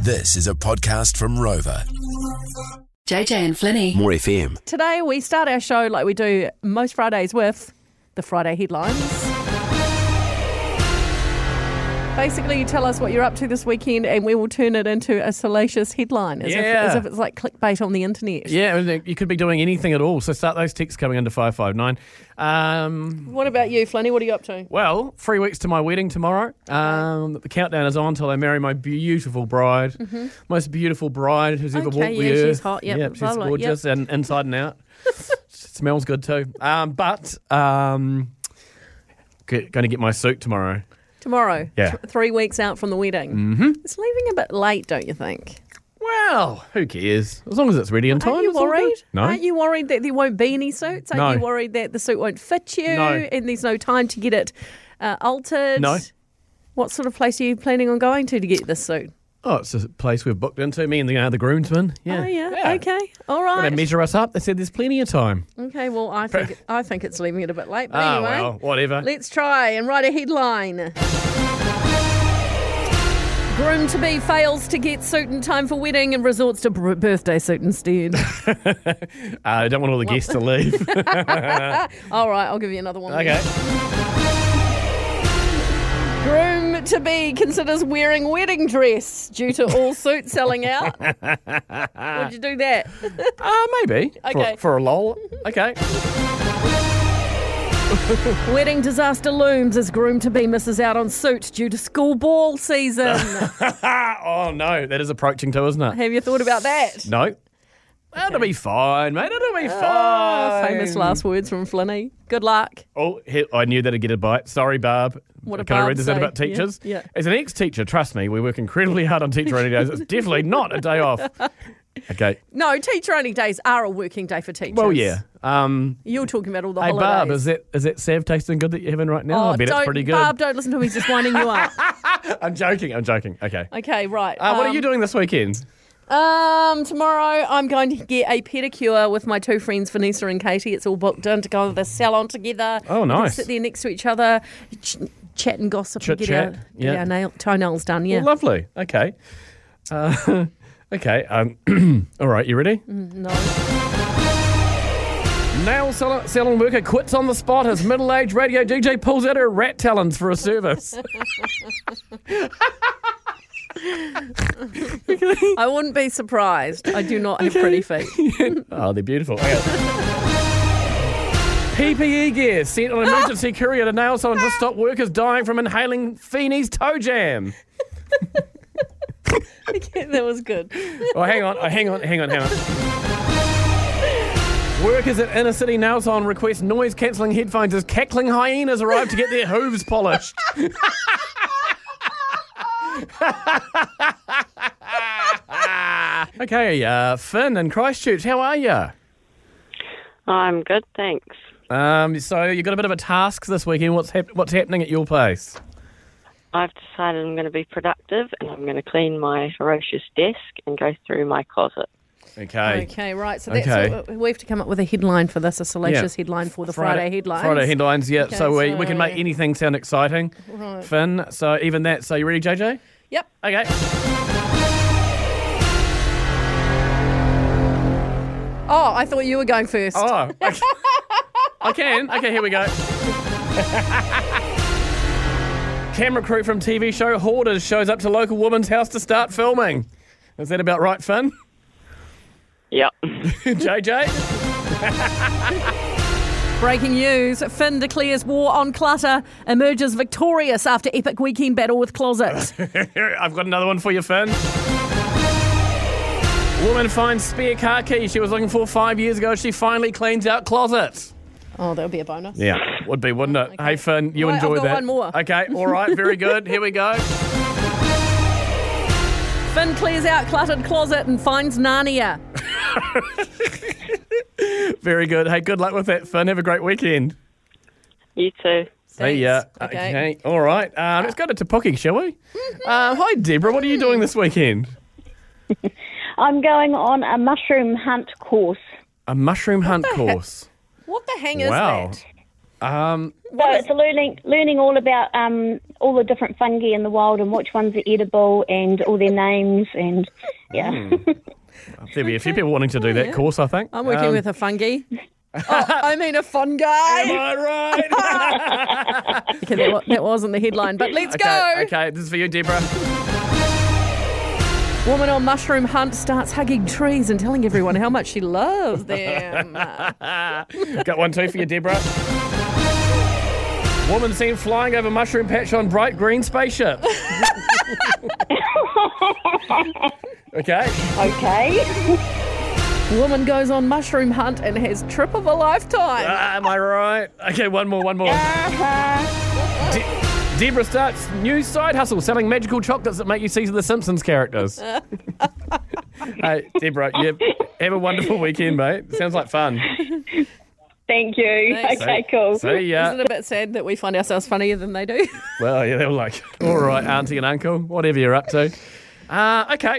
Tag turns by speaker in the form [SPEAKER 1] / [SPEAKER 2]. [SPEAKER 1] This is a podcast from Rover.
[SPEAKER 2] JJ and Flinny.
[SPEAKER 3] More FM.
[SPEAKER 4] Today we start our show like we do most Fridays with the Friday headlines. Basically, you tell us what you're up to this weekend, and we will turn it into a salacious headline, as,
[SPEAKER 5] Yeah.
[SPEAKER 4] if, as if it's like clickbait on the internet.
[SPEAKER 5] Yeah, and you could be doing anything at all. So start those texts coming under 559. Um,
[SPEAKER 4] What about you, Flinny? What are you up to?
[SPEAKER 5] well, three weeks to my wedding tomorrow. Um, the countdown is on till I marry my beautiful bride. Most beautiful bride who's ever
[SPEAKER 4] Mm-hmm. Okay,
[SPEAKER 5] walked the
[SPEAKER 4] yeah,
[SPEAKER 5] earth.
[SPEAKER 4] she's hot. Yep,
[SPEAKER 5] yep she's
[SPEAKER 4] lovely. Yep.
[SPEAKER 5] gorgeous and inside and out. smells good too. Um, but um, going to get my suit tomorrow.
[SPEAKER 4] Tomorrow,
[SPEAKER 5] Yeah.
[SPEAKER 4] th- three weeks out from the wedding. Mm-hmm. It's leaving a bit late, don't you think?
[SPEAKER 5] Well, who cares? As long as it's ready in time.
[SPEAKER 4] Aren't you
[SPEAKER 5] it's all good.
[SPEAKER 4] worried?
[SPEAKER 5] No.
[SPEAKER 4] Aren't you worried that there won't be any suits? Aren't
[SPEAKER 5] No.
[SPEAKER 4] you worried that the suit won't fit you
[SPEAKER 5] No.
[SPEAKER 4] and there's no time to get it uh, altered?
[SPEAKER 5] No.
[SPEAKER 4] What sort of place are you planning on going to to get this suit?
[SPEAKER 5] Oh, it's a place we've booked into, me and the, uh, the groomsman. Yeah.
[SPEAKER 4] Oh yeah. Okay. All
[SPEAKER 5] They
[SPEAKER 4] right.
[SPEAKER 5] measure us up. They said there's plenty of time.
[SPEAKER 4] okay. Well, I think I think it's leaving it a bit late. But
[SPEAKER 5] Ah,
[SPEAKER 4] anyway,
[SPEAKER 5] well, whatever.
[SPEAKER 4] let's try and write a headline. Groom to be fails to get suit in time for wedding and resorts to br- birthday suit instead.
[SPEAKER 5] I Ah, don't want all the guests to leave.
[SPEAKER 4] All right, I'll give you another one.
[SPEAKER 5] okay.
[SPEAKER 4] Groom to be considers wearing wedding dress due to all suit selling out. Would you do that?
[SPEAKER 5] Uh, maybe.
[SPEAKER 4] Okay.
[SPEAKER 5] For, for a lol. Okay.
[SPEAKER 4] wedding disaster looms as groom to be misses out on suit due to school ball season.
[SPEAKER 5] oh, no. That is approaching too, isn't it?
[SPEAKER 4] Have you thought about that?
[SPEAKER 5] No. That'll be fine, mate. That'll be
[SPEAKER 4] Ah,
[SPEAKER 5] fine.
[SPEAKER 4] famous last words from Flinny. Good luck.
[SPEAKER 5] Oh, he- I knew that'd get a bite. Sorry, Barb.
[SPEAKER 4] What did
[SPEAKER 5] Can I
[SPEAKER 4] Barb
[SPEAKER 5] read this out
[SPEAKER 4] say?
[SPEAKER 5] about teachers?
[SPEAKER 4] Yeah, yeah.
[SPEAKER 5] As an ex-teacher, trust me, we work incredibly hard on teacher only days. It's definitely not a day off. Okay.
[SPEAKER 4] No, teacher only days are a working day for teachers.
[SPEAKER 5] Well, yeah. Um,
[SPEAKER 4] You're talking about all the
[SPEAKER 5] hey,
[SPEAKER 4] holidays.
[SPEAKER 5] Barb, is that is that sav tasting good that you're having right now?
[SPEAKER 4] Oh,
[SPEAKER 5] I bet
[SPEAKER 4] don't-
[SPEAKER 5] it's pretty good.
[SPEAKER 4] Barb, don't listen to him. He's just winding you up.
[SPEAKER 5] I'm joking. I'm joking. Okay.
[SPEAKER 4] Okay, right.
[SPEAKER 5] Uh, what are
[SPEAKER 4] um,
[SPEAKER 5] you doing this weekend?
[SPEAKER 4] Um, tomorrow I'm going to get a pedicure with my two friends Vanessa and Katie. It's all booked in to go to the salon together.
[SPEAKER 5] Oh,
[SPEAKER 4] We can
[SPEAKER 5] nice.
[SPEAKER 4] sit there next to each other, ch- chat and gossip, and get
[SPEAKER 5] Chit-chat,
[SPEAKER 4] our, get
[SPEAKER 5] yeah.
[SPEAKER 4] our nail toenails done. Yeah.
[SPEAKER 5] Well, lovely. Okay. Uh, okay. Um, all right. You ready?
[SPEAKER 4] Mm-hmm. no.
[SPEAKER 5] Nail salon, salon worker quits on the spot as middle-aged radio DJ pulls out her rat talons for a service.
[SPEAKER 4] I wouldn't be surprised. I do not have pretty feet.
[SPEAKER 5] oh, they're beautiful. Okay. PPE gear sent on emergency courier to nail salon to stop workers dying from inhaling Feeney's toe jam.
[SPEAKER 4] okay, that was good.
[SPEAKER 5] Oh, hang on, oh, hang on, hang on, hang on. Workers at inner city nail salon request noise cancelling headphones as cackling hyenas arrive to get their hooves polished. okay, uh, Finn in Christchurch, how are you?
[SPEAKER 6] I'm good, thanks.
[SPEAKER 5] Um, so you got a bit of a task this weekend. What's hap- what's happening at your place?
[SPEAKER 6] I've decided I'm going to be productive and I'm going to clean my ferocious desk and go through my closet.
[SPEAKER 5] Okay.
[SPEAKER 4] Okay, right. So that's
[SPEAKER 5] Okay.
[SPEAKER 4] what- we have to come up with a headline for this, a salacious headline for the Friday, headlines.
[SPEAKER 5] Friday headlines, yeah.
[SPEAKER 4] Okay,
[SPEAKER 5] so we, we
[SPEAKER 4] so-
[SPEAKER 5] can make anything sound exciting. Finn, so even that. So you ready, JJ?
[SPEAKER 4] Yep.
[SPEAKER 5] Okay.
[SPEAKER 4] Oh, I thought you were going first.
[SPEAKER 5] Oh, okay. I can. Okay, here we go. Camera crew from TV show Hoarders shows up to local woman's house to start filming. Is that about right, Finn?
[SPEAKER 6] Yep.
[SPEAKER 5] JJ?
[SPEAKER 4] Breaking news Finn declares war on clutter, emerges victorious after epic weekend battle with closet.
[SPEAKER 5] I've got another one for you, Finn. Woman finds spare car key she was looking for five years ago. She finally cleans out closets.
[SPEAKER 4] oh, that would be a bonus.
[SPEAKER 5] Yeah, would be, wouldn't it? Hey, Finn, you
[SPEAKER 4] Right, I've
[SPEAKER 5] enjoy
[SPEAKER 4] got
[SPEAKER 5] that.
[SPEAKER 4] one more.
[SPEAKER 5] Okay, all right, very good. Here we go.
[SPEAKER 4] Finn clears out cluttered closet and finds Narnia.
[SPEAKER 5] Very good. Hey, good luck with that, Finn. Have a great weekend.
[SPEAKER 6] You too.
[SPEAKER 5] Hey, yeah.
[SPEAKER 4] Thanks.
[SPEAKER 5] Okay.
[SPEAKER 4] Okay. Mm-hmm.
[SPEAKER 5] All right. Um, let's go to Tapoki, shall we? Uh, hi, Deborah. What are you doing this weekend?
[SPEAKER 7] I'm going on a mushroom hunt course.
[SPEAKER 5] A mushroom hunt course.
[SPEAKER 4] What the hang
[SPEAKER 5] Wow.
[SPEAKER 4] is that?
[SPEAKER 5] Um,
[SPEAKER 7] So it's learning learning all about um, all the different fungi in the wild and which ones are edible and all their names and yeah.
[SPEAKER 5] there'll be a few people wanting to do that course, I think.
[SPEAKER 4] Oh, I'm working
[SPEAKER 5] Um,
[SPEAKER 4] with a fungi. oh, I mean a fun guy.
[SPEAKER 5] All right.
[SPEAKER 4] Okay, that, wa- that wasn't the headline, but let's go.
[SPEAKER 5] Okay, okay, this is for you, Deborah.
[SPEAKER 4] Woman on mushroom hunt starts hugging trees and telling everyone how much she loves them.
[SPEAKER 5] Got one too for you, Deborah. Woman seen flying over mushroom patch on bright green spaceship. okay.
[SPEAKER 7] okay.
[SPEAKER 4] Woman goes on mushroom hunt and has trip of a lifetime.
[SPEAKER 5] Ah, am I right? Okay, one more, one more.
[SPEAKER 7] Uh-huh.
[SPEAKER 5] De- Deborah starts new side hustle selling magical chocolates that make you see the Simpsons characters. hey, Deborah, you have, have a wonderful weekend, mate. Sounds like fun.
[SPEAKER 7] Thank you.
[SPEAKER 4] Thanks.
[SPEAKER 7] Okay, cool.
[SPEAKER 5] See ya.
[SPEAKER 4] Isn't it a bit sad that we find ourselves funnier than they do?
[SPEAKER 5] Well, yeah, they were like, all right, auntie and uncle, whatever you're up to. Uh, okay.